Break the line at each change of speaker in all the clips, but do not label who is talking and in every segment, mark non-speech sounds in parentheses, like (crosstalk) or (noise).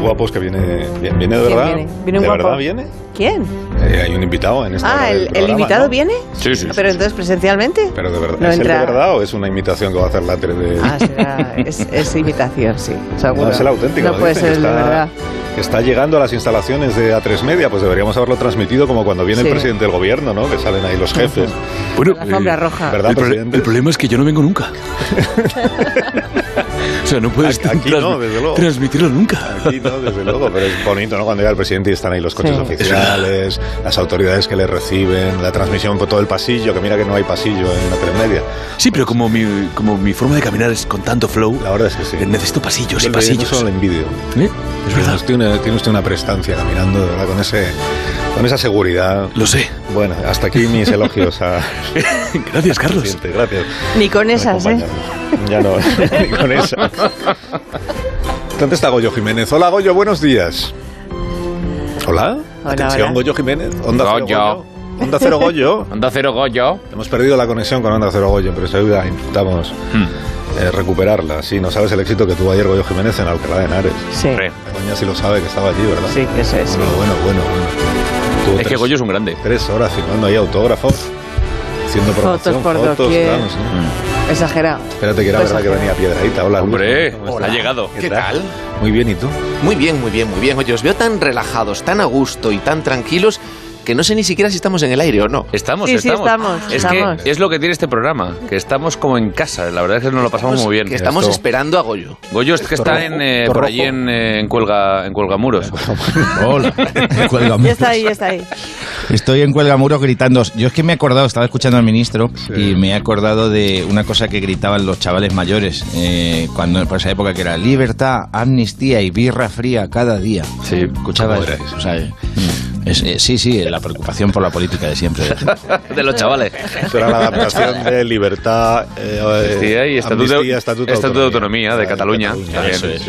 guapos que viene. Viene, viene de verdad.
viene? ¿Viene un
¿De
guapo?
verdad viene?
¿Quién?
Eh, hay un invitado en esta
Ah,
hora del
¿el, el
programa,
invitado
¿no?
viene?
Sí, sí. sí,
Pero
sí.
entonces presencialmente.
Pero de verdad.
no
¿Es el
entra-
de verdad o es una imitación que va a hacer la tele de.? (laughs)
Ah, será, es, es imitación, sí. seguro.
No, es el auténtico.
No
lo
puede
dicen,
ser el
que
de
está-
verdad.
Está llegando a las instalaciones de A3 Media, pues deberíamos haberlo transmitido como cuando viene
Sí.
el presidente del gobierno, ¿no? Que salen ahí los jefes.
Bueno, eh,
La alfombra roja.
¿Verdad,
el, pro-
presidente?
el problema es que yo no vengo
(laughs)
nunca. o sea, no puedes
Aquí- aquí no,
transmi-
desde luego.
transmitirlo nunca.
Aquí no, desde luego, pero es bonito, ¿no? Cuando llega el presidente y están ahí los coches
Sí.
oficiales, las autoridades que le reciben, la transmisión por todo el pasillo, que mira que no hay pasillo en la telemedia.
Sí, pero como mi, como mi forma de caminar es con tanto flow,
La verdad es que sí.
necesito pasillos
Yo
y
le-
pasillos.
Yo solo le envidio.
¿Eh? Es verdad,
Tiene, usted una- tiene usted una prestancia caminando, de verdad, con, ese, con esa seguridad.
lo sé. (laughs)
Bueno, hasta aquí mis elogios a
Gracias, Carlos.
presidente. Gracias.
Ni con esas, ¿eh?
Acompáñame. Ya no, (laughs) ni con esas. Contesta Goyo Jiménez. Hola, Goyo, buenos días. Hola.
Hola,
Atención,
hola.
Goyo Jiménez. Onda Cero
Goyo.
Goyo. Onda Cero Goyo.
Onda Cero Goyo.
Hemos perdido la conexión con Onda Cero Goyo, pero sin duda intentamos eh, recuperarla. Sí, no sabes el éxito que tuvo ayer Goyo Jiménez en Alcalá de Henares.
Sí.
La coña sí lo sabe que estaba allí, ¿verdad?
Sí, que eso es.
Bueno, bueno, bueno. bueno. Tuvo
Es que
tres-
Goyo es un grande.
Tres horas firmando ahí autógrafos, haciendo
Fotos
promoción,
por
fotos,
doquier.
tal, no sé. (laughs)
Exagerado.
Espérate que era
Pues
verdad que
ajá.
venía piedradita. Hola, Luis,
Hombre,
¿cómo estás?
ha llegado.
¿Qué tal?
Muy bien, ¿y tú?
Muy bien, muy bien, muy bien. Oye, os veo tan relajados, tan a gusto y tan tranquilos que no sé ni siquiera si estamos en el aire o no.
Estamos,
Sí, sí,
estamos.
estamos,
Es
estamos.
que es lo que tiene este programa, que estamos como en casa. La verdad es que nos lo pasamos muy bien.
Que estamos
Esto.
esperando a Goyo.
Goyo es que está en, eh,
esto
por
rojo.
allí en, eh, en Cuelga en Cuelgamuros.
(laughs)
Hola. En
Ya
Cuelgamuros.
está ahí, ya está ahí.
Estoy en Cuelgamuros gritando. Yo es que me he acordado, estaba escuchando al ministro
Sí.
y me he acordado de una cosa que gritaban los chavales mayores eh, cuando por esa época que era libertad, amnistía y birra fría cada día.
Sí.
Escuchaba
¿Cómo
eso,
erais?
o sea, eh, es- eh, sí, sí, la preocupación por la política de
(laughs)
siempre.
De los chavales.
Eso era la adaptación de libertad, eh, eh,
Amnistía y Estatuto-
amnistía,
Estatuto de Autonomía de
Ah,
Cataluña, también.
eso es.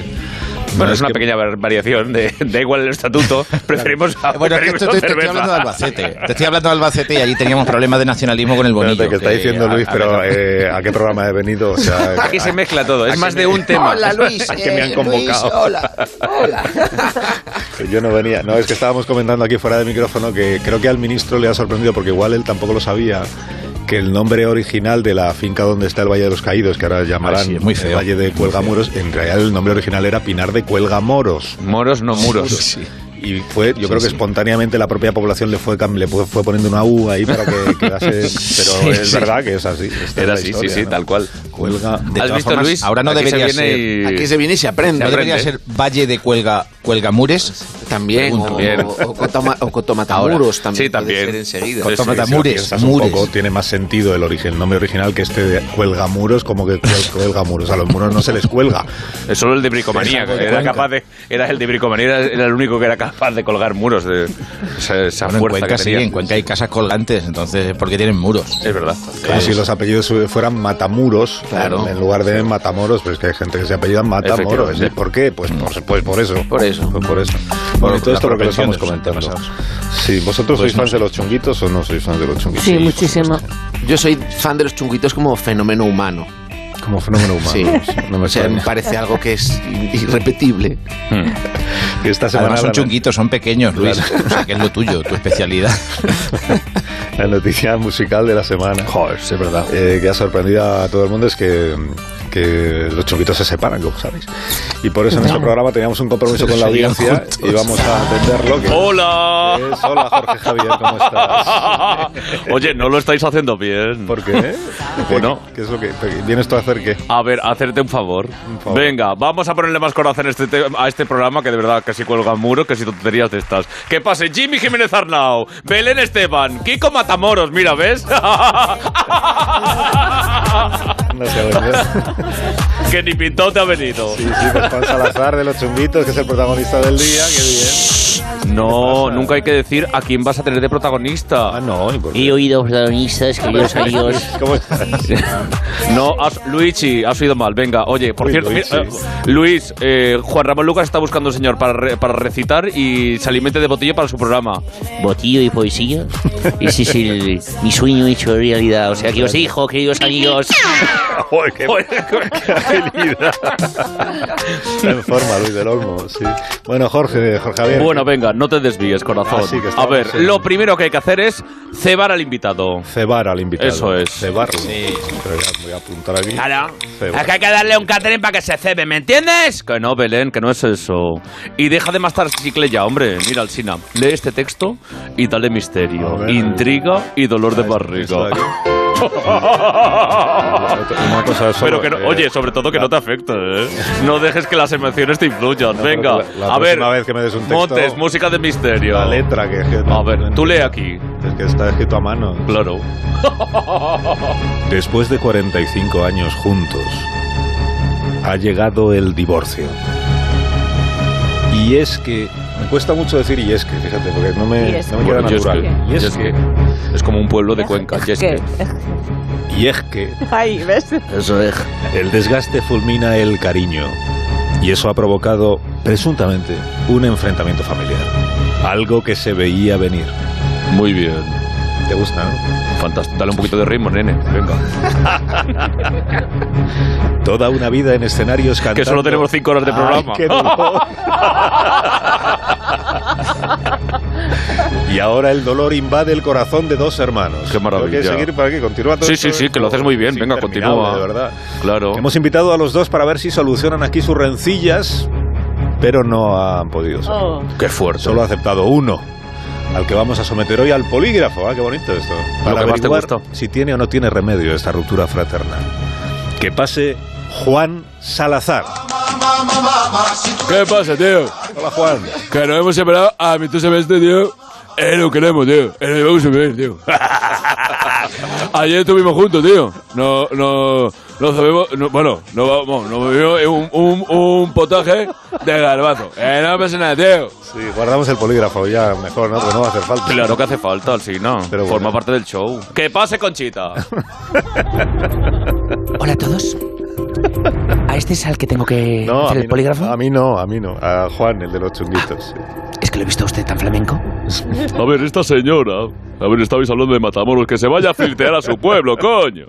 Bueno,
No,
es una
que-
pequeña var- variación de da igual el estatuto, preferimos a
Eh, Bueno, es que esto
preferimos
te, te estoy
cerveza.
hablando de Albacete. Te estoy hablando de Albacete y allí teníamos problemas de nacionalismo con el
Espérate,
bonillo.
que está
que
diciendo
a-
Luis,
a-
pero eh, ¿a qué programa he venido? O sea, eh,
Aquí se mezcla todo, es más de un tema. (laughs)
Hola, Luis. (laughs)
Es que me han
eh,
convocado.
Luis, hola, hola.
Eh, Yo no venía, no, es que estábamos comentando aquí fuera de micrófono que creo que al ministro le ha sorprendido, porque igual él tampoco lo sabía, que el nombre original de la finca donde está el Valle de los Caídos, que ahora llamarán
Ah, sí, es muy
el
feo.
Valle de Cuelgamuros, en realidad el nombre original era Pinar de Cuelgamoros.
Moros no muros.
Y fue, yo creo que espontáneamente la propia población le fue, cam- le fue, fue poniendo una U ahí para
(laughs)
que quedase. Pero es verdad que es así. esta
Era
es la
así, sí,
historia,
sí,
¿no?
tal cual.
De
Cuelga.
¿Has
todas
visto,
formas,
Luis?
ahora no
Aquí se
debería
viene
ser-
y-
Aquí se viene y se
¿No
aprende.
Se
debería
aprende.
ser Valle de Cuelga, Cuelgamures?
También, o,
También.
o, o Cotoma- o Cotomatamuros también.
Sí, también.
puede ser enseguida.
Pues-
Tómate a
Si lo
Mures,
piensas un
Mures.
poco, tiene más sentido el, origen, el nombre original que este de cuelga muros, como que cuel- cuelga muros. A los muros no se les
(laughs)
cuelga.
Es Solo el de bricomanía,
Exacto, de
que era
Cuenca.
capaz de, era el de bricomanía, era- era el único que era capaz de colgar muros de esa, esa
Bueno, en
fuerza
Cuenca
que
sí,
tenía.
en Cuenca hay casas colgantes, entonces es porque tienen muros.
Es verdad.
Como si los apellidos fueran matamuros,
Claro.
en lugar de matamoros, pues que hay gente que se apellida matamoros.
Efectivamente.
¿eh? ¿Por qué? Pues por, pues por eso.
Mm. Por eso.
Pues por eso. Bueno, y todo esto lo que lo estamos comentando.
antepasados.
Sí, ¿vosotros
Pues
sois fans de los chunguitos o no sois fans de los chunguitos?
Sí, muchísimo.
Yo soy fan de los chunguitos como fenómeno humano.
Como fenómeno humano.
Sí.
No me
Pues
o sea, me
extraña.
parece algo que es irrepetible.
Que Esta semana
Además son
la-
chunguitos, son pequeños, Luis.
Claro.
O sea, que es lo tuyo, tu especialidad.
La noticia musical de la semana.
es verdad.
eh, que ha sorprendido a todo el mundo es que, que los chunguitos se separan, como sabéis. Y por eso en nuestro programa teníamos un compromiso con la
Seguían
audiencia
juntos.
y vamos a atenderlo. Que
¡Hola!
es- hola, Jorge Javier, ¿cómo estás?
(laughs) Oye, no lo estáis haciendo bien.
¿Por qué?
Bueno.
¿Qué es lo que te- vienes tú a hacer qué?
A ver, hacerte un favor.
Un favor.
Venga, vamos a ponerle más corazón a este, te- a este programa que de verdad que si cuelga muros, que si tonterías de estas. Que pase Jimmy Jiménez Arnau, Belén Esteban, Kiko Matamoros, mira, ¿ves? (laughs)
No sé, bueno.
que ni pintón te ha venido.
pues, Sí, sí, de Juan Salazar de los chunguitos, que es el protagonista del día. Qué bien.
No, nunca hay que decir a quién vas a tener de protagonista.
Ah, no, ¿y por qué?
He oído
Ah,
protagonistas, queridos amigos.
(laughs) ¿Cómo estás?
No, has- Luigi, has oído mal. Venga, oye, por
Uy,
cierto, mira,
Luigi.
eh, Luis, eh, Juan Ramón Lucas está buscando un señor para, re- para recitar y se alimente de botella para su programa.
Botillo y poesía. Ese es el, mi sueño hecho realidad. O sea, que os dijo, queridos amigos.
(laughs) Joder, qué agilidad. Está en forma, Luis del Olmo, sí. Bueno, Jorge, Jorge Javier.
(laughs) Bueno, venga, no te desvíes, corazón.
Ah, sí, que
a
estamos
ver,
en-
lo primero que hay que hacer es cebar al invitado.
Cebar al invitado.
Eso es.
Cebarlo. Pero ya voy a apuntar aquí.
Claro.
Cebar.
Es que hay que darle un catering para que se cebe, ¿me entiendes? Que no, Belén, que no es eso. Y deja de mastar chicle ya, hombre. Mira, Alsina, lee este texto y dale
A
misterio,
ver.
intriga y dolor de barriga.
Una cosa
(laughs)
solo,
Pero que no,
eh,
oye, sobre todo que no te afecte, ¿eh? No dejes que las emociones te influyan.
No,
Venga,
pero la- la
a ver.
próxima vez que me des un texto-
Montes, música de misterio.
La letra que... que-
A ver, tú lee aquí.
Es que está escrito a mano.
Claro.
Después de 45 años juntos, ha llegado el divorcio. Y es que... Me cuesta mucho decir y es que, fíjate, porque no me,
Y es
no me
que.
queda
Bueno, yo es
natural.
que- yo es que- Es como un pueblo de Cuenca. y es que-
Y es que
(laughs) Ahí,
(laughs)
¿ves?
Eso es.
el desgaste fulmina el cariño. Y eso ha provocado, presuntamente, un enfrentamiento familiar. Algo que se veía venir.
Muy bien.
¿Te gusta, no?
Fantástico. Dale un poquito de ritmo, nene. Venga.
Toda una vida en escenarios cantando.
Que solo tenemos cinco horas de
Ay,
programa. (laughs)
qué dolor. y ahora el dolor invade el corazón de dos hermanos.
Qué maravilla.
¿Quieres seguir para aquí? Continúa todo
Sí,
esto?
sí, sí, que lo haces muy bien.
Es
Venga,
interminable,
continúa. Oh.
De verdad.
Claro.
Hemos invitado a los dos para ver si solucionan aquí sus rencillas, pero no han podido.
Oh.
Qué fuerte.
Solo ha aceptado uno, al que vamos a someter hoy al polígrafo. Ah, qué bonito esto. Para
que más te
averiguar
gustó.
si tiene o no tiene remedio esta ruptura fraterna. Que pase Juan Salazar.
¿Qué pasa, tío?
Hola, Juan.
Que nos hemos separado a mitad semestre, tío. Eh, lo queremos, tío. Eh, lo vamos a ver, tío.
(laughs)
Ayer estuvimos juntos, tío. No, no, no sabemos. no- bueno, no vamos, nos bebimos un, un, un potaje de garbazo. Eh, no pasa nada, tío.
Sí, guardamos el polígrafo ya, mejor, ¿no? Porque no va a hacer falta.
Claro que hace falta, sí, ¿no?
Pero bueno.
Forma parte del show. ¡Que pase, Conchita!
Hola a todos. ¿A este es al que tengo que
No, a
hacer
mí
el
no, Ah.
polígrafo?
a mí no, a mí no. A Juan, el de los chunguitos.
Ah.
sí.
Es que lo he visto a usted tan flamenco.
A ver, esta señora. A ver, estabais hablando de Matamoros. Que se vaya a flirtear a su pueblo, coño.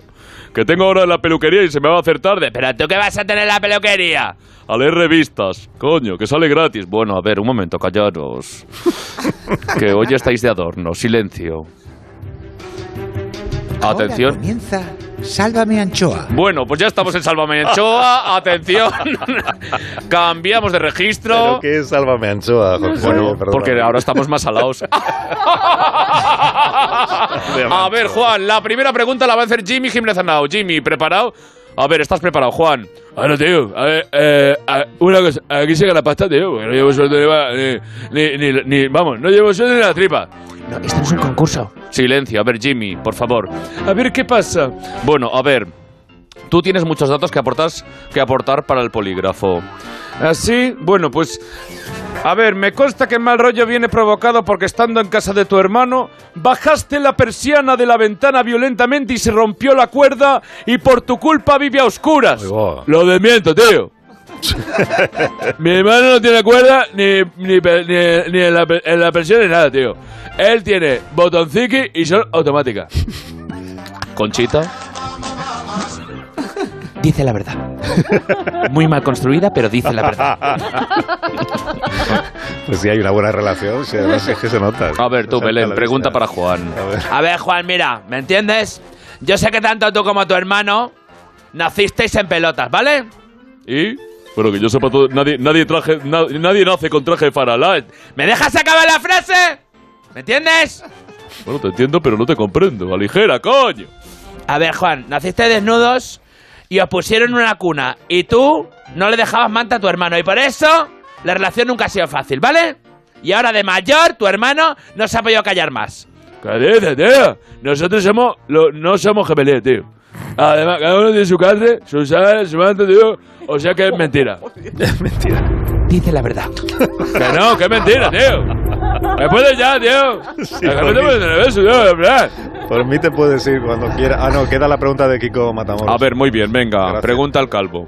Que tengo ahora en la peluquería y se me va a hacer tarde. Pero tú qué vas a tener en la peluquería.
A leer revistas. Coño, que sale gratis. Bueno, a ver, un momento, callaros. que hoy estáis de adorno. Silencio. Atención.
comienza Sálvame Anchoa.
Bueno, pues ya estamos en Sálvame
(laughs)
Anchoa. Atención. Cambiamos de registro.
Pero que es Sálvame Anchoa, Jorge.
Bueno,
Eh, perdona.
porque ahora estamos más (laughs) alados. a ver, Juan, la primera pregunta la va a hacer Jimmy Jiménez Arnau. Jimmy, ¿preparado? A ver, ¿estás preparado, Juan?
Ahora, tío, a ver, eh, a- una cosa, aquí se gana la pasta, tío, porque no llevo sueldo ni, va- ni, ni, ni- ni- vamos, no llevo sueldo ni la tripa.
No, esto no es un concurso.
Silencio, a ver, Jimmy, por favor. A ver, ¿qué pasa? Bueno, a ver. Tú tienes muchos datos que aportas que aportar para el polígrafo. Así, ¿Ah, bueno, pues a ver, me consta que el mal rollo viene provocado porque estando en casa de tu hermano, bajaste la persiana de la ventana violentamente y se rompió la cuerda y por tu culpa vive a oscuras.
Ahí va.
Lo desmiento, tío. Mi hermano no tiene cuerda ni, ni, pe- ni- ni en, la, pe- en la presión ni nada, tío. Él tiene botonciki y son automáticas.
Conchita.
Dice la verdad. Muy mal construida, pero dice la verdad.
Pues sí, hay una buena relación, si además es que se nota.
A ver, tú,
Se nota
Belén,
la
pregunta
amistad.
para Juan.
A ver.
A ver, Juan, mira, ¿me entiendes? Yo sé que tanto tú como tu hermano nacisteis en pelotas, ¿vale?
Y, bueno, que yo sepa todo, nadie, nadie, traje, na- nadie nace con traje de faralá.
¿Me dejas acabar la frase? ¿Me entiendes?
Bueno, te entiendo, pero no te comprendo. Aligera, coño.
A ver, Juan, naciste desnudos y os pusieron en una cuna y tú no le dejabas manta a tu hermano y por eso la relación nunca ha sido fácil, ¿vale? Y ahora de mayor, tu hermano no se ha podido callar más.
¿Qué dices, tío? Nosotros somos, lo- no somos gemelés, tío. Además, cada uno tiene su carne, su sal, su manto, tío. O sea que (laughs) es mentira.
Dice la verdad.
Que no, que es mentira, tío. Me puedes ya, tío.
Sí,
Me
por
estoy poniendo nervioso, tío, de verdad.
Por mí te puedes ir cuando quieras. Ah, no, queda la pregunta de Kiko Matamoros.
A ver, muy bien, venga, pregunta al calvo.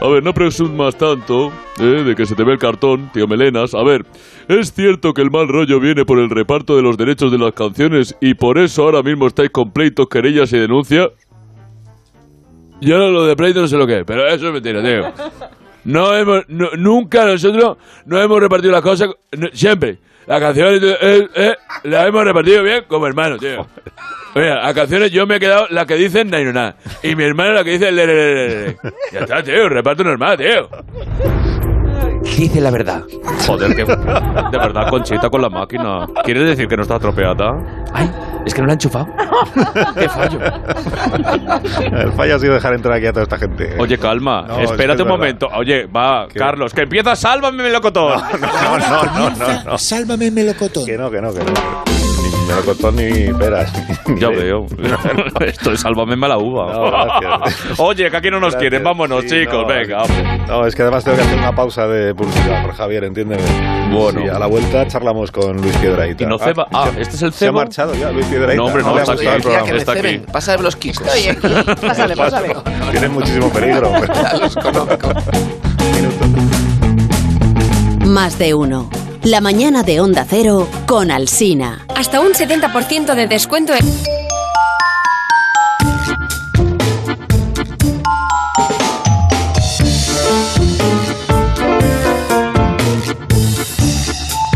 A ver, no presumas tanto eh, de que se te ve el cartón, tío Melenas. A ver, ¿es cierto que el mal rollo viene por el reparto de los derechos de las canciones y por eso ahora mismo estáis con pleitos, querellas y denuncias?
Yo no, lo de pleito no sé lo que es, pero eso es mentira, tío. No hemos, no- nunca nosotros no hemos repartido las cosas, no- siempre. Las canciones eh, eh, las hemos repartido bien como hermanos, tío. Mira, las canciones yo me he quedado las que dicen Nainoná y mi hermano la que dice le, le, le, le, le. Ya está, tío, reparto normal, tío.
Dice la verdad. Joder, que. De verdad, Conchita con la máquina. ¿Quieres decir que no está atropeada? Ay, es que no la he enchufado.
Qué fallo. (laughs) El fallo ha sido dejar entrar aquí a toda esta gente.
Oye, calma,
No, es que
espérate
es
un
verdad.
momento. Oye, va, Carlos, que empieza Sálvame
(laughs)
Melocotón.
No, no, no, no, no.
Sálvame melocotón.
Que no, que no, que no. Ni melocotón ni peras. (laughs)
Ya veo. (laughs) Esto es Sálvame mala uva.
No, gracias.
Oye, que aquí no nos
Gracias.
quieren. Vámonos,
Sí,
chicos.
no,
venga,
es-
vamos.
No, es que además tengo que hacer una pausa de publicidad por Javier, entiéndeme.
Bueno.
Sí, a la vuelta charlamos con Luis Piedrahita.
Y no ceba. Ah, este es el
Se ha
cebo.
marchado ya, Luis Piedrahita.
No, hombre, no,
le ha
está
gustado
aquí.
el programa.
que le
Está aquí.
ceben. Pasa de los Kikos.
Pásale, pásale.
(laughs) Tiene muchísimo peligro.
(laughs)
Más de uno. La mañana de Onda Cero con Alsina.
Hasta un 70% de descuento en...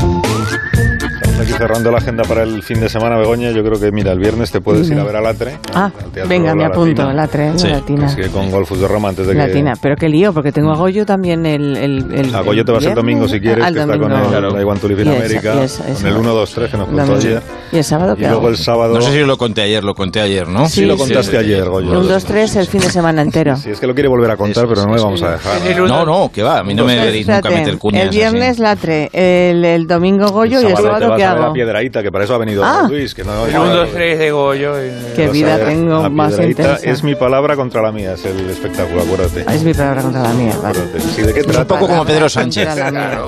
Estamos aquí cerrando la agenda para el fin de semana, Begoña. Yo creo que, mira, el viernes te puedes ir a ver a Latre.
Ah,
al Teatro
venga, me
La
apunto.
Latina.
La tres,
Sí.
la latina.
Es que con Golfus de Roma, antes de que.
Latina, pero qué lío, porque tengo a Goyo también el. el, el
A Goyo te vas el
viernes.
domingo si quieres,
Al
que está con
domingo.
el Taiwan Tulipin
Y el sa-
América,
y el sa-
con el 1, 2, 3 que nos contó
Domingo.
ayer.
Y el sábado,
Y
¿qué
luego
hago?
el sábado.
No sé si lo conté ayer, lo conté ayer, ¿no?
Sí, lo contaste ayer, Goyo.
Un, dos, tres, el fin de semana entero.
Si es que lo quiere volver a contar, pero no le vamos a dejar.
No, no, que va, a mí no me deberéis nunca
Pues Espérate,
meter cuñas
el viernes Latre, el, el domingo Goyo y el
te
sábado
vas
¿qué
a ver a
hago?
Piedraíta, que para eso ha venido
Ah.
Luis. Que no,
El 1, 2, 3 de Goyo.
Qué
Vas a
vida
ver
tengo
a
más
Piedrahita.
intensa.
Es
Es
mi palabra contra la mía, es el espectáculo, acuérdate.
mi, palabra contra la mía. vale.
Acuérdate. Sí, ¿de qué trata?
poco como Pedro Sánchez.
Contra la mía.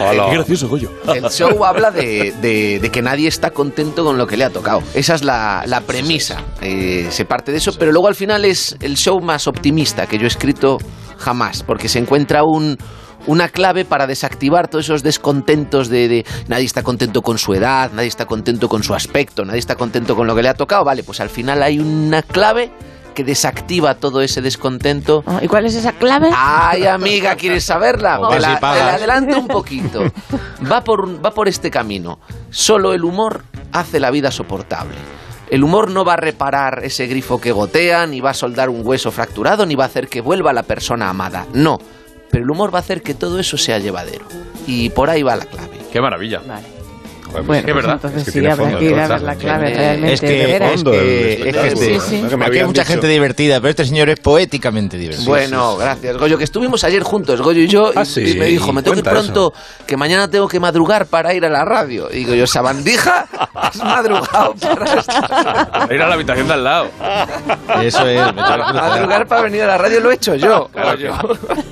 Hola.
gracioso, Goyo.
El show habla de, de- de que nadie está contento con lo que le ha tocado. Esa es la, la premisa. Eh, se parte de eso, pero luego al final es el show más optimista que yo he escrito jamás, porque se encuentra un- una clave para desactivar todos esos descontentos de, de nadie está contento con su edad, nadie está contento con su aspecto, nadie está contento con lo que le ha tocado. Vale, pues al final hay una clave que desactiva todo ese descontento
Ah, ¿Y cuál es esa clave?
Ah,
Ay, amiga, ¿quieres saberla?
O
Te
vas
la,
y
te
pagas.
la adelanto un poquito. Va por, un- va por este camino. Solo el humor hace la vida soportable. El humor no va a reparar ese grifo que gotea, ni va a soldar un hueso fracturado, ni va a hacer que vuelva la persona amada. No. Pero el humor va a hacer que todo eso sea llevadero. Y por ahí va la clave.
Qué maravilla.
Vale.
Joder,
Bueno,
es
pues
verdad.
entonces
Es que
sí,
tiene
habrá
fondo
que
el
ir a ver
concepto.
la clave
Eh,
realmente.
Es que,
de veras.
fondo
del
es que-
espectáculo.
es que-
Sí, sí.
No, que
Aquí
me
hay
habían
mucha
dicho.
gente divertida, pero este señor es poéticamente divertido.
Bueno, gracias, Goyo, que estuvimos ayer juntos, Goyo y yo, y,
Ah, sí.
y me dijo, me tengo que ir
Cuenta
pronto, que mañana tengo que madrugar para ir a la radio. Y digo yo, sabandija, has madrugado para
(laughs)
estar-
Ir a la habitación de al lado.
Eso es. me tengo que
madrugar para venir a la radio, lo he hecho yo. Goyo. (laughs)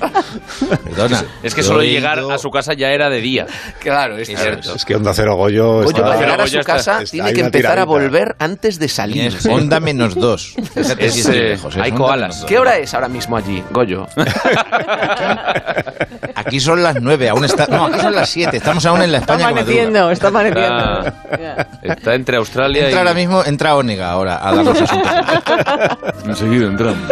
Perdona.
(laughs) Es que solo
Yo he
llegar
ido-
a su casa ya era de día.
Claro, es
Eso
cierto.
Es que Onda Cero Goyo.
Goyo,
está-
para llegar a
Goyo
su
está-
casa,
está-
tiene
hay
que
una
empezar a
tiradita.
volver antes de salir.
Tienes onda menos dos. Fíjate
(laughs) Es,
si estoy
eh,
lejos, ¿eh?
hay
Onda
koalas.
menos dos.
¿Qué hora es ahora mismo allí, Goyo?
(laughs)
Aquí son las nueve, aún está. No, aquí son las siete. Estamos aún en la
Está
España Ah. que madruga.
amaneciendo, está amaneciendo.
Está, está entre Australia
Entra
y.
ahora mismo, entra Onega ahora a darnos asuntos.
(laughs)
Enseguida entramos.
(laughs)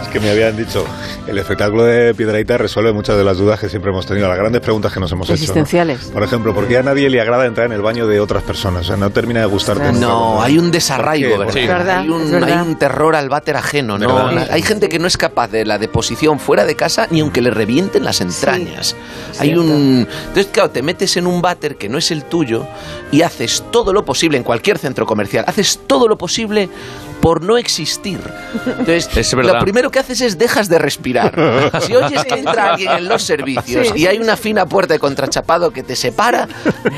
Es que me habían dicho, el espectáculo de Piedraita resuelve muchas de las dudas que siempre hemos tenido, las grandes preguntas que nos hemos hecho. ¿no?
Existenciales.
Por ejemplo, ¿por qué a nadie le agrada entrar en el baño de otras personas? O sea, no termina de gustarte. nunca.
No, hay un desarraigo,
¿Por
¿verdad?
qué?
Sí. Verdad,
Hay, un,
es verdad.
hay un terror al váter ajeno, ¿no?
¿Verdad?
Hay gente que no es capaz de la deposición fuera de casa ni aunque le revienten las entrañas. hay un. Entonces, claro, te metes en un váter que no es el tuyo y haces todo lo posible en cualquier centro comercial, haces todo lo posible por no existir. Entonces,
Es verdad.
lo primero que haces es dejas de respirar. Si oyes que entra alguien en los servicios y hay una fina puerta de contrachapado que te separa,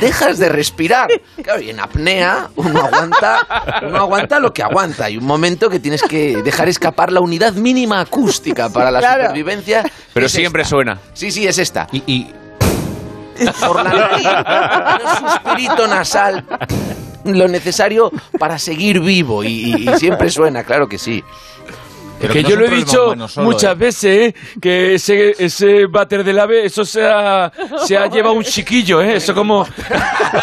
dejas de respirar. Claro, y en apnea uno aguanta, uno aguanta lo que aguanta. Hay un momento que tienes que dejar escapar la unidad mínima acústica para la supervivencia.
Pero
Es
siempre
esta.
suena.
Sí, sí, es esta.
Y, y
por la nariz, pero suspirito nasal, lo necesario para seguir vivo. Y, y siempre suena, claro que sí. Pero
que
no
yo
es
lo he
un problema
dicho
humano solo,
muchas
¿eh?
veces, ¿eh? que ese, ese váter del ave, eso se ha, se ha llevado un chiquillo, ¿eh? Eso como...
(laughs)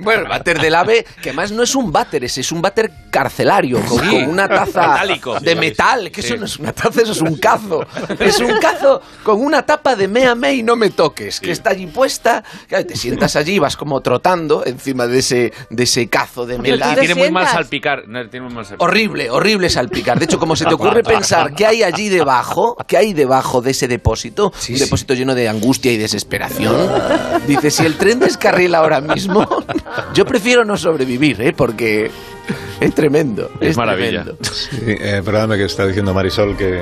bueno, el váter del ave, que además no es un váter, ese es un váter carcelario, con,
Sí.
con una taza
Metálico.
de
Sí,
metal, que eso no es una taza, eso es un cazo. Es un cazo con una tapa de mea me y no me toques, que está allí puesta. Claro, te sientas allí, vas como trotando encima de ese, de ese cazo de
Y
metal.
tiene muy mal salpicar. no, tiene muy mal salpicar.
Horrible, horrible salpicar. De hecho, como se te
(laughs)
ocurre pensar que hay allí debajo, que hay debajo de ese depósito, un depósito lleno de angustia y desesperación. Dice, si el tren descarrila ahora mismo, yo prefiero no sobrevivir, ¿eh? porque es tremendo. Es,
maravilla.
tremendo.
Sí, eh, perdóname que está diciendo Marisol que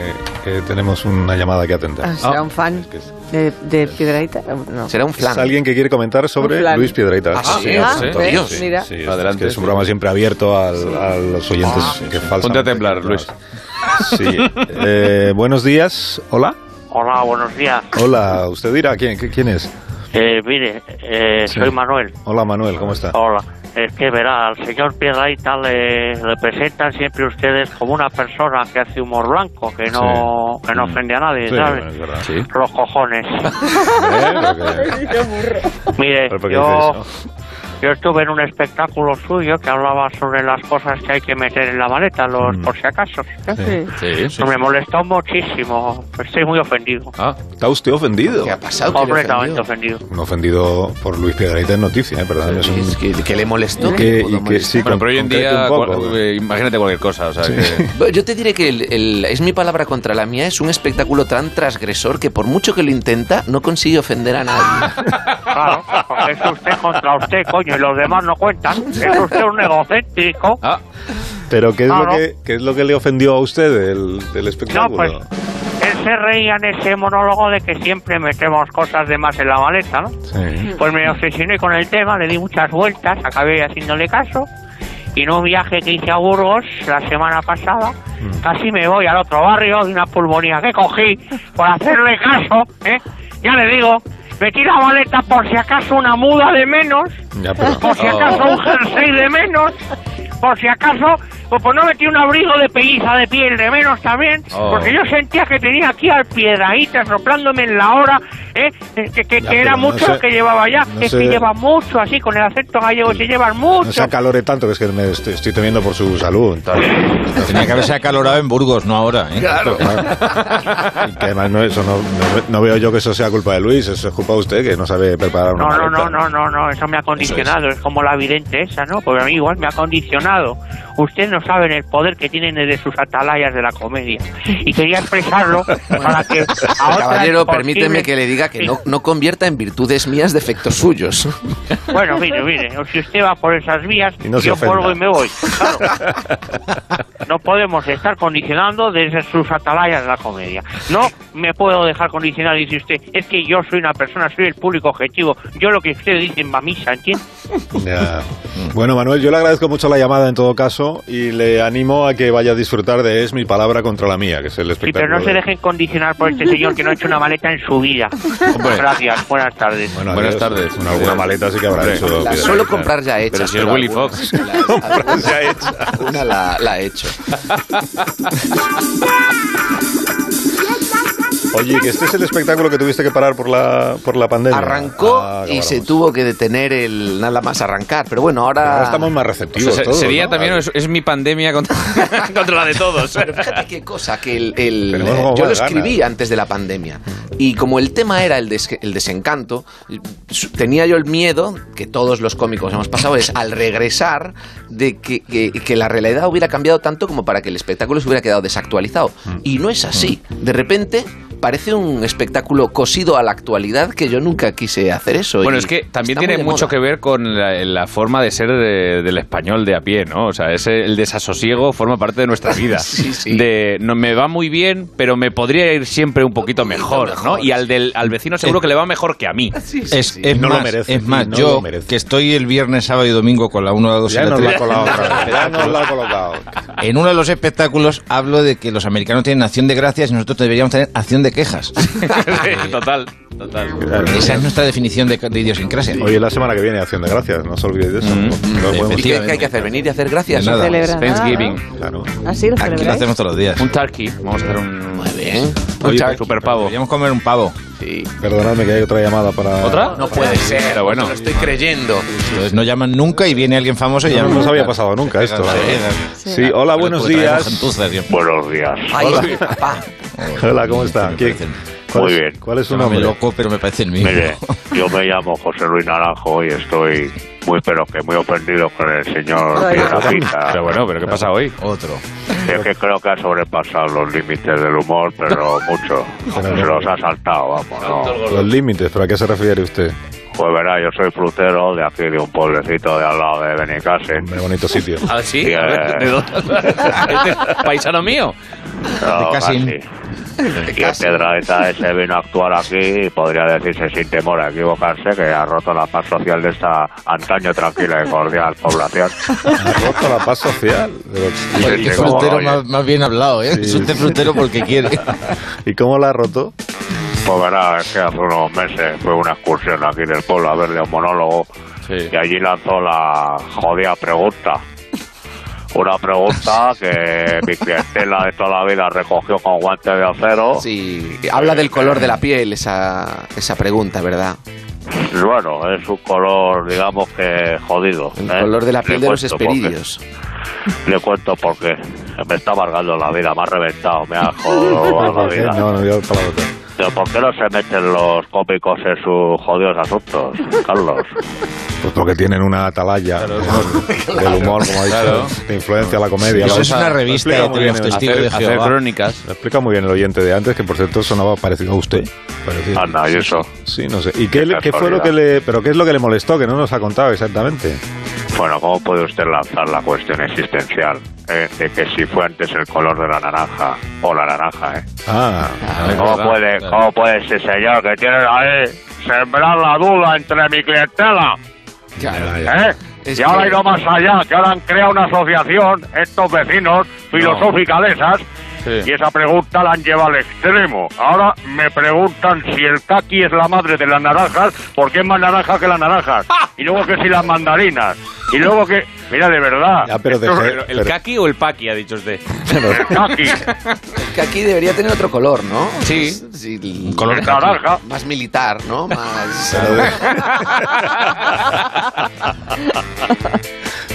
eh, tenemos una llamada que atender.
Ah, ¿Será un fan de, de Piedrahita? No.
Es alguien que quiere comentar sobre
Un flan.
Luis Piedrahita.
Ah, sí, ah,
por
¿ves?
Dios.
Mira.
Sí, es- es, que es un programa siempre abierto al- a los oyentes que falsan.
Ponte a temblar, Luis.
Sí.
(laughs)
Eh, buenos días. Hola.
Hola, buenos días.
Hola. Usted dirá quién, qué- quién es.
Eh, mire, eh,
Sí.
soy Manuel.
Hola Manuel, ¿cómo está?
Hola. Es que verá, al señor Piedrahita le, le presentan eh, siempre ustedes como una persona que hace humor blanco, que no, que
Mm.
no ofende a nadie,
Sí,
¿sabes?
bueno, es verdad.
Los cojones. (laughs) Mire,
Pero ¿por qué
yo,
dices
yo estuve en un espectáculo suyo que hablaba sobre las cosas que hay que meter en la maleta, los por si acaso.
Sí. Ah,
Me molestó muchísimo. Estoy muy ofendido.
¿Está usted ofendido?
¿Qué ha pasado? ¿Qué le
Completamente ofendido.
No ofendido por Luis Piedrahita en noticia, ¿eh? perdón.
que, le molestó.
Que,
Que pudo
y que sí,
Bueno,
con-
pero hoy en
concrete
día,
un poco.
cual- eh, imagínate cualquier cosa. O sea, que-
(laughs) Bueno, Yo te diré que el- el- es mi palabra contra la mía, es un espectáculo tan transgresor que por mucho que lo intenta, no consigue ofender a nadie.
Claro, porque es usted contra usted, coño, y los demás no cuentan. Es usted un egocéntrico.
Pero ¿qué es,
Ah,
lo
no.
que, qué es lo que le ofendió a usted del, del espectáculo?
pues, Él se reía en ese monólogo de que siempre metemos cosas de más en la maleta, ¿no?
Sí.
Pues me obsesioné con el tema, le di muchas vueltas, acabé haciéndole caso. Y en un viaje que hice a Burgos la semana pasada, casi me voy al otro barrio de una pulmonía que cogí por hacerle caso, ¿eh? Ya le digo, metí la maleta por si acaso una muda de menos,
Ya,
(laughs)
pero-
por si acaso un jersey de menos, por si acaso, pues, pues no metí un abrigo de peliza de piel de menos también,
Oh.
porque yo sentía que tenía aquí al piedradita soplándome en la hora, ¿eh? Eh, que, que-
Ya,
que era
pero no
mucho
sé-
lo que llevaba ya,
no
es
sé-
que lleva mucho así, con el acento gallego se llevan mucho.
No se acalore tanto, que es que me estoy, estoy temiendo por su salud. (laughs)
Tenía que haberse acalorado en Burgos, no ahora. ¿eh?
Y que además, no, eso no, no- no veo yo que eso sea culpa de Luis, eso es culpa de usted, que no sabe preparar una
No, no,
maleta.
no, no, no, no, eso me ha condicionado, es. como la vidente esa, ¿no? Porque a mí igual me ha condicionado. Ustedes no saben el poder que tienen desde sus atalayas de la comedia. Y quería expresarlo
(laughs)
para que... a otras
Caballero,
posibles-
permíteme que le diga que no, no convierta en virtudes mías defectos
(laughs)
suyos.
Bueno, mire, mire, o si usted va por esas vías,
Y no se
yo
ofenda.
vuelvo y me voy.
(laughs)
Claro. No podemos estar condicionando desde sus atalayas la comedia. No me puedo dejar condicionar, dice usted. Es que yo soy una persona, soy el público objetivo. Yo lo que ustedes dicen va a misa, ¿entiende?
Ya. (laughs) Bueno, Manuel, yo le agradezco mucho la llamada en todo caso y le animo a que vaya a disfrutar de Es mi palabra contra la mía, que es el
Sí,
espectáculo.
pero no se
de-
dejen condicionar por este señor que no ha hecho una maleta en su vida. Gracias, buenas tardes.
Bueno, adiós. Bueno, alguna maleta sí que habrá
Hombre,
hecho.
la
Piedrahita.
suelo
(laughs)
comprar ya hecha,
Pero si es
pero
Willy
algunas-
Fox.
Algunas-
ya hecha.
Una la, la he hecho.
Oye, que este es el espectáculo que tuviste que parar por la, por la pandemia.
Arrancó
Ah,
y
cabrón.
se tuvo que detener el nada más arrancar. Pero bueno, ahora.
Ahora estamos más
O sea,
receptivos.
se-
todos,
sería
¿no?
también, es, es mi pandemia contra, (laughs) contra la de todos.
Fíjate qué cosa, que el, el-
Tenemos
eh,
como
yo lo
más
escribí antes de la pandemia. Y como el tema era el, des- el desencanto, su- tenía yo el miedo, que todos los cómicos hemos pasado, es al regresar, de que, que- que la realidad hubiera cambiado tanto como para que el espectáculo se hubiera quedado desactualizado. Y no es así. De repente parece un espectáculo cosido a la actualidad que yo nunca quise hacer eso.
Bueno,
y
es que también
está muy
tiene
de
mucho
moda.
que ver con la, la forma de ser de- del español de a pie, ¿no? O sea, ese, el desasosiego forma parte de nuestra vida. De no me va muy bien, pero me podría ir siempre un poquito mejor, ¿no? Y al, del, al vecino seguro que le va mejor que a mí.
Es, es
No lo
más,
merece,
es más
no lo
yo que estoy el viernes, sábado y domingo con la 1 a 2
Ya nos la ha colado otra vez, ya nos la ha colocado.
En uno de los espectáculos hablo de que los americanos tienen acción de gracias y nosotros deberíamos tener acción de de
(laughs)
quejas.
(laughs) total, total.
Esa es nuestra definición de, de idiosincrasia.
Hoy es la semana que viene acción de gracias, no os olvidéis de eso. No podemos-
¿Y qué, qué hay que hacer? ¿Venir y hacer gracias?
De nada.
Celebra nada,
Thanksgiving.
Claro.
Así lo
Aquí lo
celebráis.
hacemos todos los días.
Un turkey. Vamos a hacer un.
Muy bien.
Un charqui. super pavo.
Podríamos comer un pavo.
Sí.
Perdonadme que hay otra llamada para.
¿Otra?
No puede ser.
Pero bueno.
no lo estoy creyendo.
Entonces no llaman nunca y viene alguien famoso y
No,
llama.
no nos había pasado nunca esto.
¿eh?
Sí, hola, buenos días.
Buenos días.
Ahí
Hola.
va, papá.
(laughs) Hola, ¿cómo está? ¿Quién- cuál
Muy
es-
bien.
¿Cuál es su
Llámame
nombre?
loco, pero me parece el mismo.
Mire, yo me llamo José Luis Naranjo y estoy muy, pero que muy ofendido con el señor
Ay.
Piedrafita.
Pero bueno, pero ¿qué pasa hoy?
(laughs) Otro.
Es que creo que ha sobrepasado los límites del humor, pero mucho. Se los ha saltado, vamos. ¿no?
Los límites, ¿pero a qué se refiere usted?
Pues verá, yo soy frutero de aquí, de un pueblecito de al lado de Benicase.
Qué bonito sitio.
Ah, sí.
Sí,
(laughs) A ver,
eh.
¿de dónde? (laughs) Este es paisano mío.
(laughs)
No,
Benicassin.
casi. Y el Piedrahíta ese vino a actuar aquí y podría decirse sin temor a equivocarse que ha roto la paz social de esta antaño tranquila y cordial
(laughs)
población.
Ha roto la paz social. Pero-
Oye, qué frutero más, más bien hablado, ¿eh?
Sí,
es usted frutero porque
(laughs)
quiere.
¿Y cómo la ha roto?
Pues verá, es que hace unos meses fue una excursión aquí del pueblo a verle un monólogo y allí lanzó la jodida pregunta. Una
(laughs)
pregunta que mi clientela de toda la vida recogió con guantes de acero.
Sí, habla del color de la piel esa, esa pregunta, ¿verdad?
Y Bueno, es un color, digamos que jodido. ¿eh? El
color de la piel de los esperidios.
Le cuento por qué. Me está amargando la vida, me ha reventado, me ha jodido la
(laughs) ¿Por qué?
vida.
No, no, yo para la otra.
Pero ¿Por qué no se meten los cómicos en sus jodidos asuntos, Carlos?
Pues porque tienen una atalaya del humor, como ha dicho,
Claro.
de influencia a la comedia.
Eso
La
es
otra-
una
lo
revista
explica
de
muy bien
los
el-
testigos de
hacer-
Jehová.
hacer crónica.
Crónicas.
Lo explica muy bien el oyente de antes, que por cierto sonaba parecido a usted. Parecido.
Anda, y eso.
Sí, no sé. ¿Y qué, le- qué fue
casualidad.
lo que le... pero qué es lo que le molestó? Que no nos ha contado exactamente.
Bueno, ¿cómo puede usted lanzar la cuestión existencial eh, de que si fue antes el color de la naranja o la naranja, eh?
Ah,
¿Cómo puede, cómo puede ese señor que tiene ahí sembrar la duda entre mi clientela? ¿Eh?
Es
y ahora
que-
ha ido más allá, que ahora han creado una asociación, estos vecinos, filosófica de esas, y esa pregunta la han llevado al extremo. Ahora me preguntan si el kaki es la madre de las naranjas, porque es más naranja que las naranjas. Y luego que si las mandarinas. Y luego que... Mira, de verdad.
Ya, pero
esto-
deje-
¿El kaki o el paki ha dicho usted?
el kaki,
Que aquí debería tener otro color, ¿no? Sí. Un
el naranja.
Más militar, ¿no? Más...
Pero, de-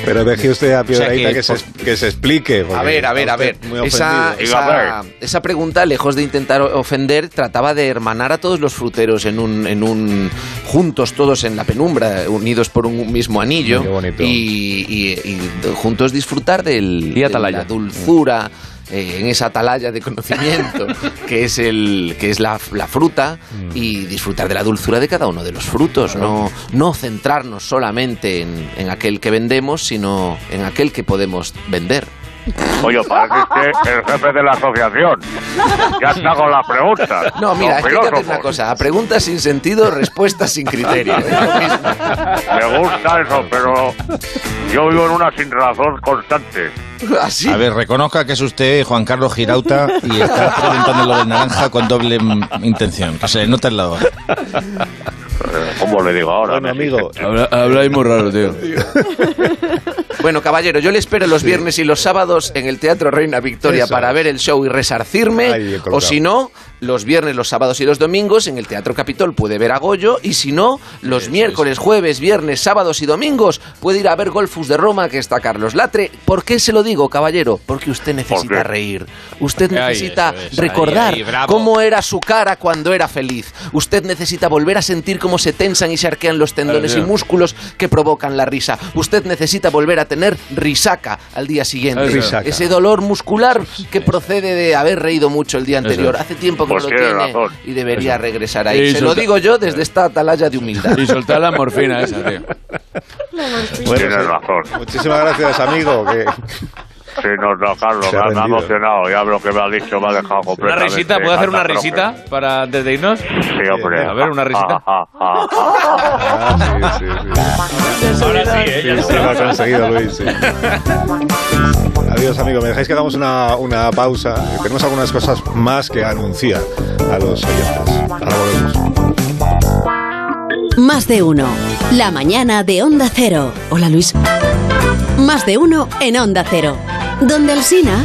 pero deje usted a Piedrahita
que-
que, se, que se explique. porque
A ver, a ver, a
está
ver.
usted muy
Esa,
ofendido.
esa, esa pregunta, lejos de intentar o- ofender, trataba de hermanar a todos los fruteros en un, en un juntos todos en la penumbra, unidos por un mismo anillo
Qué bonito.
y, y- y juntos disfrutar del,
Y
de
atalaya.
la
Mm.
dulzura. eh, en esa atalaya de
(laughs)
conocimiento que es el que es la, la fruta
Mm.
y disfrutar de la dulzura de cada uno de los frutos no no centrarnos solamente en- en aquel que vendemos sino en aquel que podemos vender
Oye, parece usted el jefe de la asociación. Ya está con la pregunta.
No, mira, es que hay que
Los
hacer una
filósofos.
cosa. A preguntas sin sentido, respuestas sin criterio. Es lo mismo.
Me gusta eso, pero yo vivo en una sin razón constante.
Así.
A ver, reconozca que es usted Juan Carlos Girauta y
(laughs)
está preguntando lo del naranja con doble mm, intención. Que se le nota el lado.
Eh, ¿Cómo le digo ahora?
Bueno, amigo,
Habla- Habláis muy raro, tío.
Bueno, caballero, yo le espero los viernes y los sábados en el Teatro Reina Victoria
Eso
para
es.
ver el show y resarcirme.
Ahí he colocado.
o si no, los viernes, los sábados y los domingos en el Teatro Capitol puede ver a Goyo. Y si no, los miércoles, jueves, viernes, sábados y domingos puede ir a ver Golfus de Roma, que está Carlos Latre. ¿Por qué se lo digo, caballero? Porque usted necesita
qué?
reír. Usted
Ay,
necesita
eso es. Ahí,
recordar
ahí, bravo.
cómo era su cara cuando era feliz. Usted necesita volver a sentir cómo se tensan y se arquean los tendones y
Claro, tío.
músculos que provocan la risa. Usted necesita volver a tener risaca al día siguiente.
Eso.
Risaca.
Ese dolor muscular que procede de haber reído mucho el día anterior. Hace tiempo que
Pues
no lo
tiene
tiene
razón.
y debería regresar ahí.
Y
se lo
solta-
digo yo desde esta atalaya de humildad.
Y soltar la morfina esa, tío.
Bueno,
Tienes
pues, sí.
razón.
Muchísimas gracias, amigo. Que,
Sí, no, no, Carlos,
Se ha
me ha- me ha
rendido.
emocionado. Ya lo que me ha dicho me ha dejado
¿Una
completamente.
risita? ¿Puedo hacer una
cataflógico.
risita para antes de irnos?
Sí, hombre. Ah,
A ver, una risita.
Ah,
Ah,
Ahora sí, sí, sí, lo ha conseguido, Luis. sí. Adiós, amigo. Me dejáis que hagamos una, una pausa. Tenemos algunas cosas más que anunciar a los oyentes. Ahora volvemos.
Más de uno. La mañana de Onda Cero. Hola Luis. Más de uno en Onda Cero. Donde Alsina.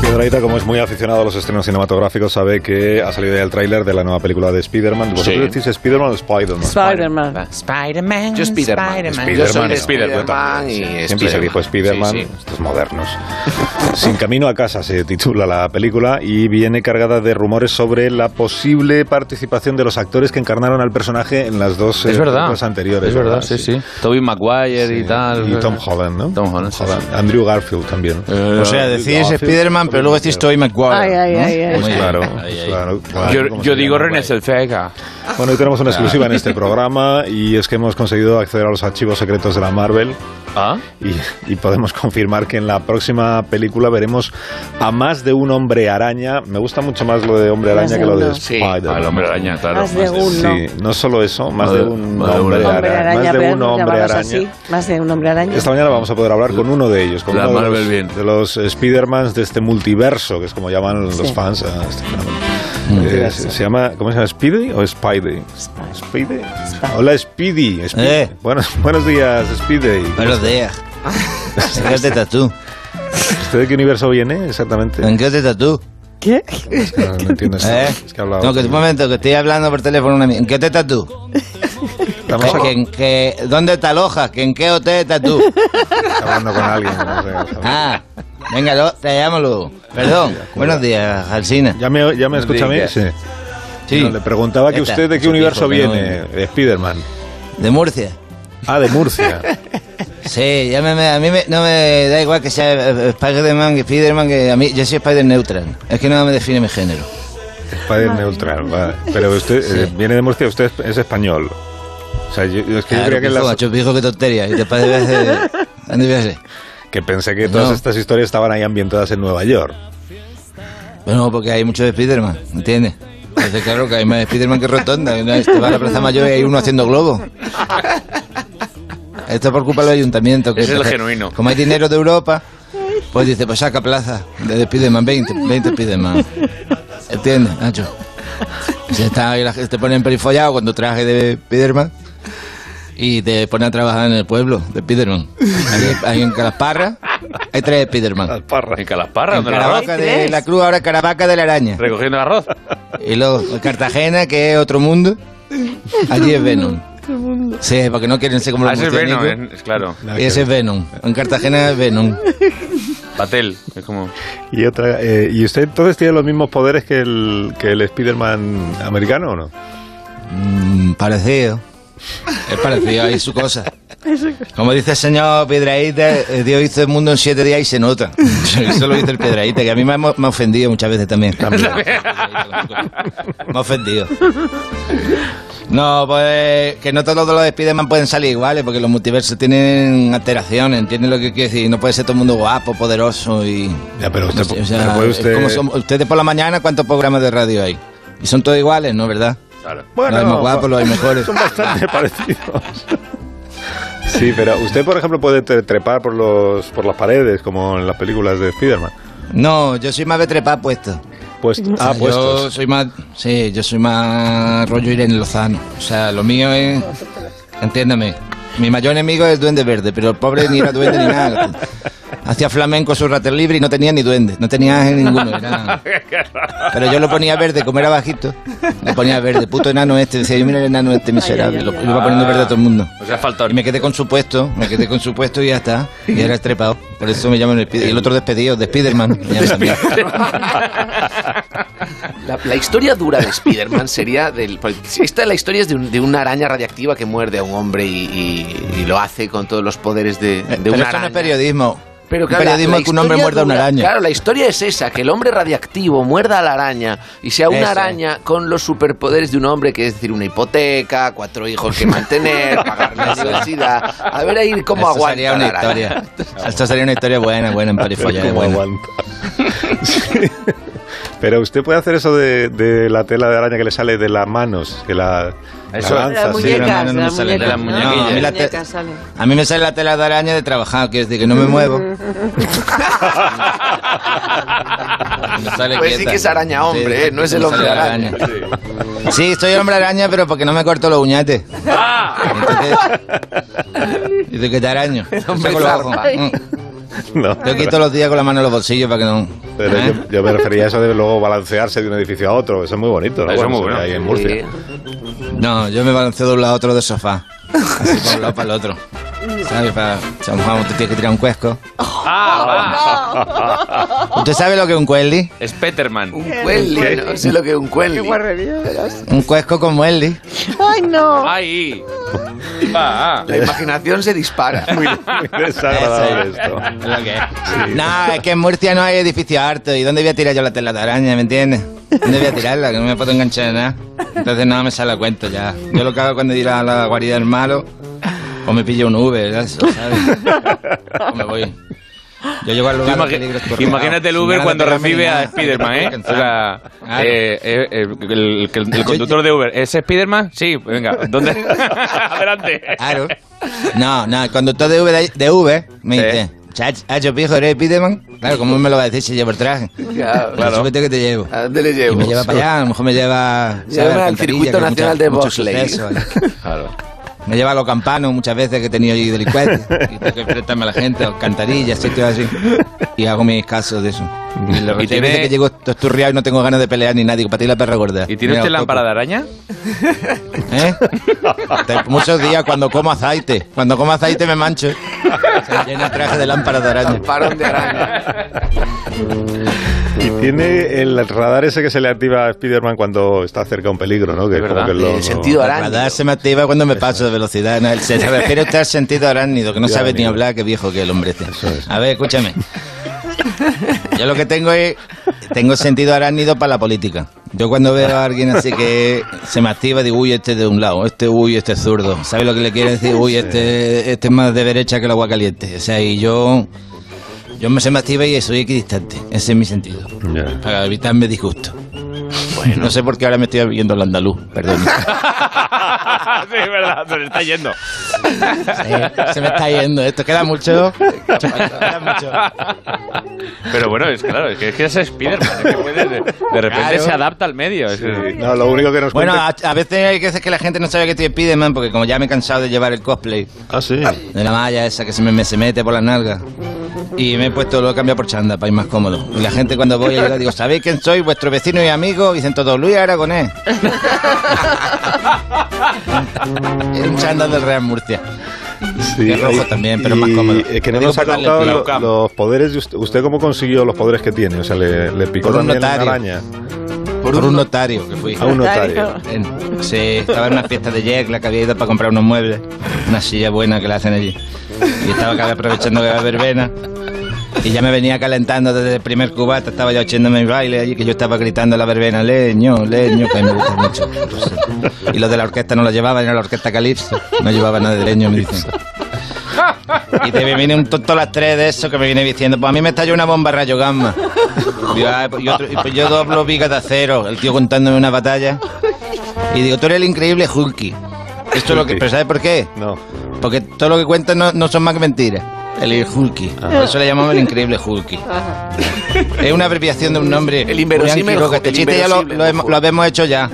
Piedrahita, como es muy aficionado a los estrenos cinematográficos, sabe que ha salido ya el tráiler de la nueva película de Spider-Man. ¿Vosotros
Sí.
decís Spider-Man o Spider-Man?
Spider-Man.
Spider-Man.
Yo Spider-Man. Yo soy
Spider-Man.
Spider-Man y
Siempre se
Spiderman.
dijo Spider-Man,
Sí, sí.
estos modernos. (laughs) Sin camino a casa se titula la película y viene cargada de rumores sobre la posible participación de los actores que encarnaron al personaje en las dos
Es
eh,
verdad.
películas anteriores.
Es verdad, sí, sí. Toby Maguire y tal.
Y Tom Holland, ¿no? Tom Holland. Andrew Garfield también.
O sea, decís Spider-Man, pero luego decís Tobey Maguire.
Ay, ay,
¿no?
ay, ay.
Muy
Pues
bien.
claro,
Ay, ay.
claro, claro.
Yo, yo digo René Selfega.
Bueno, hoy
Ah.
tenemos una exclusiva en este programa y es que hemos conseguido acceder a los archivos secretos de la Marvel.
Ah.
Y, y podemos confirmar que en la próxima película veremos a más de un hombre araña. Me gusta mucho más lo de hombre
Más
araña
de
que lo de
uno.
Sí.
Spider-Man.
Ah, el hombre araña, claro.
Más de uno.
Sí, no solo eso, más
Más
de
de-
un
más de un
hombre
hombre
araña. Más de
pero
un
nos
hombre
llamamos
araña.
así. Más de un hombre araña.
Esta mañana vamos a poder hablar con uno de ellos, con
La
uno de
Marvel
los,
bien.
de los Spider-Mans de este multiverso, que es como llaman los fans a este fenómeno. Eh, se, se llama, ¿cómo se llama? ¿Speedy o Spidey? Speedy. Hola, Speedy. Speedy.
Eh.
Buenos, buenos días, Speedy.
Buenos días.
(laughs)
¿En qué tatú?
¿Usted de qué universo viene exactamente?
¿En qué tatú?
(laughs) ¿Qué?
Es que no, no entiendo esto.
¿Eh?
Es que hablaba.
No, que un momento, que estoy hablando por teléfono. una mi- ¿En qué te estás tú?
Estamos
Que- que en qué- ¿Dónde te alojas? ¿Que ¿En qué hotel estás
(laughs)
tú?
hablando con alguien. no sé, no sé.
Ah, venga, lo- te llamo luego. Perdón, buenos días, Alcina.
¿Ya me, ya me escucha a mí?
Diga.
Sí.
Sí.
No, le preguntaba que
Ya está,
usted de qué
eso
universo
dijo,
viene,
pero
Spider-Man.
De Murcia.
Ah, de
(laughs)
Murcia.
Sí, llámeme, a mí me- no me da igual que sea eh, Spider-Man, que Spider-Man, que a mí, yo soy Spider-Neutral. Es que no me define mi género.
Padre neutral, vale. Pero usted eh, viene de Murcia, usted es- es español. O sea, yo, yo es que yo
Claro,
creía que,
pijo,
las-
macho, pijo, qué tontería. Y te parece- eh, (laughs) ¿Dónde voy a ser?
que pensé que todas
No.
estas historias estaban ahí ambientadas en Nueva York.
Bueno, porque hay muchos Spiderman, ¿entiendes? Entonces, claro que hay más Spiderman que Rotonda. ¿no? Te vas a la Plaza Mayor y hay uno haciendo globo. Esto es por culpa del ayuntamiento. Que
Ese es el
entonces,
genuino.
Como hay dinero de Europa, pues dice, pues saca plaza de Spiderman, 20, 20 Spiderman. ¿Entiendes, Nacho? Se está, ahí la gente te ponen perifollado cuando traje de Spiderman y te pone a trabajar en el pueblo de Spiderman. Ahí, ahí en Calasparra hay tres Spiderman.
En Calasparra,
En
¿dónde la
Caravaca de la Cruz, ahora Caravaca de la Araña.
Recogiendo el arroz.
Y luego en Cartagena, que es otro mundo. Allí es Venom. Sí, porque no quieren ser como
Ah,
los
ese es
murciélagos.
Venom, eh. es- es claro.
Y ese es Venom. En Cartagena es Venom.
Patel, es como...
Y otra, eh, ¿y usted entonces tiene los mismos poderes que el, que el Spider-Man americano o no?
Mm, parecido. Es parecido, hay su cosa. Como dice el señor Piedraíta, eh, Dios hizo el mundo en siete días y se (laughs) nota. Eso lo dice el Piedraíta, que a mí me ha, mo- me ha ofendido muchas veces también. (laughs) Me ha ofendido. No, pues que no todos los Spiderman pueden salir iguales, porque los multiversos tienen alteraciones, ¿entiendes lo que quiero decir? No puede ser todo el mundo guapo, poderoso y...
Ya, pero usted,
no sé, o sea,
pero puede
es
usted-
como son- ustedes por la mañana, ¿cuántos programas de radio hay? Y son todos iguales, ¿no? ¿Verdad?
Bueno,
los hay más guapos, los hay mejores. (laughs)
son bastante parecidos. Sí, pero usted, por ejemplo, puede tre- trepar por, los, por las paredes, como en las películas de Spider-Man.
No, yo soy más de trepar puesto.
Pues,
O sea,
ah,
Yo
puestos.
soy más, sí, yo soy más rollo Irene Lozano. O sea, lo mío es, entiéndame, mi mayor enemigo es el duende verde, pero el pobre ni era duende ni
(laughs)
nada. Hacía flamenco su rater libre y no tenía ni duende, no tenía ángel ninguno.
(laughs)
era- Pero yo lo ponía verde, como era bajito, lo ponía verde, puto enano este. Decía yo, mira el enano este miserable, lo iba poniendo verde a todo el mundo.
O sea, faltó.
Y me quedé con su puesto, me quedé con su puesto y ya está. Y era el trepado. Por eso me llaman el Spider- Y el otro despedido, de Spiderman. me
(laughs)
llaman también.
La, la historia dura de Spider-Man sería del. porque Esta la historia es de, un- de una araña radiactiva que muerde a un hombre y, y- y lo hace con todos los poderes de, de
Eh, Pero
una
eso no
araña.
es periodismo.
Pero
Un periodismo que un hombre
historia
muerda a una
dura-
araña.
Claro, la historia es esa, que el hombre radiactivo muerda a la araña y sea una
Eso.
araña con los superpoderes de un hombre, que es decir, una hipoteca, cuatro hijos que
(laughs)
mantener, pagar la
Eso.
universidad, a ver ahí cómo
Esto
aguanta
sería
la
una
araña. (laughs)
historia. Esto sería una historia buena, buena, en Parifolla.
¿Cómo
buena.
(laughs) Pero usted puede hacer eso de, de la tela de araña que le sale de las manos, que la,
Eso.
la lanza,
Las
sí.
muñecas, Pero no, no me las sale muñecas, nada. ¿no? No, a mí la te-
Muñecas salen.
A mí me sale la tela de araña de trabajar, que es de que no
(laughs)
me muevo. Me sale
Pues sí
quieta.
que es araña hombre, ¿eh? no es el
me
hombre
sale la
araña.
Sí, soy el hombre araña, pero porque no me corto los uñates.
Ah.
Entonces- Dice que te araño.
(laughs) hombre
Saco los ojos.
zarpa.
Mm.
No,
Tengo que ir todos los días con la mano en los bolsillos para que no.
pero
¿eh?
yo, yo me refería a eso de luego balancearse de un edificio a otro. Eso es muy bonito. ¿no?
Eso es muy
Bueno, se ve
bueno.
Ahí en Murcia. (laughs)
No, yo me balanceo de un lado a otro de sofá. Así para un lado para el otro. ¿Sabes? Para, o sea, vamos, te tienes que tirar un cuesco.
Ah,
¿Usted sabe lo que es un cueldi?
Es Peterman.
Un cuelli, no sé lo que es un cuelli.
Un cuesco con mueldi.
¡Ay, no! ¡Ay! La imaginación se dispara. Muy,
desagradable esto.
lo que es. No, es que en Murcia no hay edificio harto. ¿Y dónde voy a tirar yo la tela de araña? ¿Me entiendes? ¿Dónde voy a tirarla? Que no me puedo enganchar en nada. Entonces nada me sale a cuento ya. Yo lo que hago cuando ir a la guarida del malo, o me pillo un Uber, ya eso, ¿sabes? O me voy. Yo llego al
Tú
lugar
imagi-
de peligro corriendo.
imagínate el
Sin
Uber
ganas de
cuando
pegarme ni
recibe a
nada.
Spiderman, ¿eh? O sea,
Claro.
eh, eh, eh, el, el- el conductor de Uber. ¿Es Spiderman? Sí, venga.
(laughs)
¿Dónde? Adelante.
Claro. No, no, el conductor de Uber, de Uber me dice, "Chach, hacho pijo, ¿eres Spiderman? Claro, ¿cómo me lo va a decir si llevo el traje?
Claro.
Pero Súbete que te llevo.
¿A dónde le llevo?
Y me lleva para allá, a lo mejor me
(laughs)
lleva...
Lleva
¿sabes?
al
Alcantarilla,
circuito
que hay
nacional
mucha-
de
mucho
bobsleigh.
suceso,
(laughs)
¿vale? Me lleva a los campanos muchas veces que he tenido allí delincuentes. Y tengo que enfrentarme a la gente, a alcantarillas, sitios así. Y hago mis casos de eso. Y la verdad
Y tiene-
que llego esturriado y no tengo ganas de pelear ni nadie. Para ti la perra gorda.
¿Y tiene
Mira,
usted
os toco.
lámpara
(laughs)
de araña? (laughs)
¿Eh? Te- Muchos días cuando como aceite. Cuando como aceite me mancho. (laughs) Se me llena el traje de lámpara de araña.
(laughs) Y tiene el radar ese que se le activa a Spiderman cuando está cerca a un peligro, ¿no? Que como que lo-
El radar se me activa cuando me paso de velocidad. ¿no? El- Se se refiere usted al sentido arácnido, que no sabe ni hablar, qué viejo que el hombre este. A ver, escúchame. Yo lo que tengo es... Tengo sentido arácnido para la política. Yo cuando veo a alguien así que se me activa, digo, uy, este es de un lado, este, uy, este es zurdo. ¿Sabe lo que le quiero decir? Uy, este, este es más de derecha que el agua caliente. O sea, y yo... Yo me se me activa y soy equidistante. Ese es mi sentido. Para evitarme disgusto. Bueno. No sé por qué ahora me estoy viendo el andaluz, perdón.
sí, es verdad, se le está yendo.
Eh, Se me está yendo esto, queda mucho.
Pero bueno, es claro, es que, es que es Spiderman. es que puede- de, de repente
Claro.
se adapta al medio.
No, lo único que nos
Bueno, a, a veces hay veces que la gente no sabe que estoy Spiderman porque como ya me he cansado de llevar el cosplay.
Ah, sí.
De la malla esa que se me, me- se mete por las nalgas. Y me he puesto, lo he cambiado por chanda para ir más cómodo. Y la gente cuando voy yo digo, ¿sabéis quién soy? Vuestro vecino y amigo. Dicen todos, Luis Aragonés. un chanda del Real Murcia.
Sí,
es rojo
y-
también, pero
y
más cómodo.
Es que no
Digo,
nos ha
para darle
contado
pie.
lo- los poderes de usted. ¿Usted cómo consiguió los poderes que tiene? O sea, le, le picó
Por un
también una
notario.
araña.
Por, un notario que fui.
A un notario.
En- sí, estaba en una fiesta de Jack, la que había ido para comprar unos muebles, una silla buena que la hacen allí. Y estaba acá aprovechando que era verbena. Y ya me venía calentando desde el primer cubata, estaba ya echándome mi baile allí, que yo estaba gritando a la verbena, leño, leño, que a mí me gusta mucho. Y los de la orquesta no lo llevaban, era la orquesta Calipso, no llevaba nada de leño, me dicen. Y te viene un tonto a las tres de eso que me viene diciendo, pues a mí me estalló una bomba rayo gamma. Y yo, "Ah, pues yo otro- y pues yo doblo vigas de acero, el tío contándome una batalla. Y digo, tú eres el increíble Hulky. Esto es lo que,
Hulky.
¿Pero sabes por qué?
No.
Porque todo lo que cuentas no, no son más que mentiras. El Hulky. Por eso le llamamos el increíble Hulky. Es una abreviación de un nombre. El
inverosímil Hulk,
Este
el
chiste ya lo,
inverosímil
lo hemos- lo habíamos hecho ya.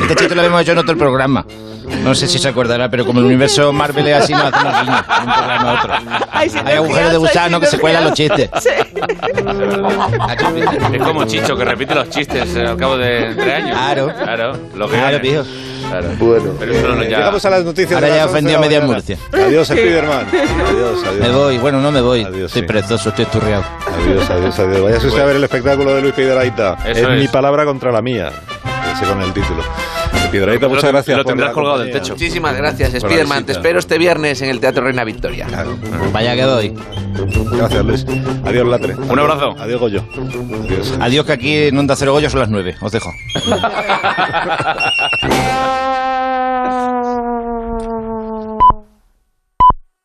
Este chiste lo habíamos hecho en otro programa. No sé si se acordará, pero como el universo Marvel es así, no hacemos guiños de un programa a otro. Hay agujeros de gusano que se cuelan los chistes.
Es como Chicho que repite los chistes eh, al cabo de tres años. Claro. Claro, lo
(laughs)
que
Claro,
gane.
pijo.
Claro. Bueno. Pero eso no, ya...
Eh, Llegamos a las noticias.
Ahora
de las
ya
11 de
ofendió
la
media
mañana.
Murcia.
Adiós, Spiderman. Adiós, adiós.
Me voy, bueno, no me voy. estoy prezoso, estoy esturriado.
Adiós, adiós, adiós. Vaya usted a ver el espectáculo de Luis Piedrahita. Es,
Eso es.
mi palabra contra la mía. Ese con el título. Piedrahita, muchas gracias. por la compañía.
Muchísimas gracias,
Por la
Spiderman. Te
visita.
espero este viernes en el Teatro Reina Victoria.
Vaya que doy.
Gracias, Luis. Adiós, Latre.
Un abrazo.
Adiós, Goyo. Adiós.
Adiós, que aquí en Onda
ah,
Cero Goyo son las nueve. Os dejo.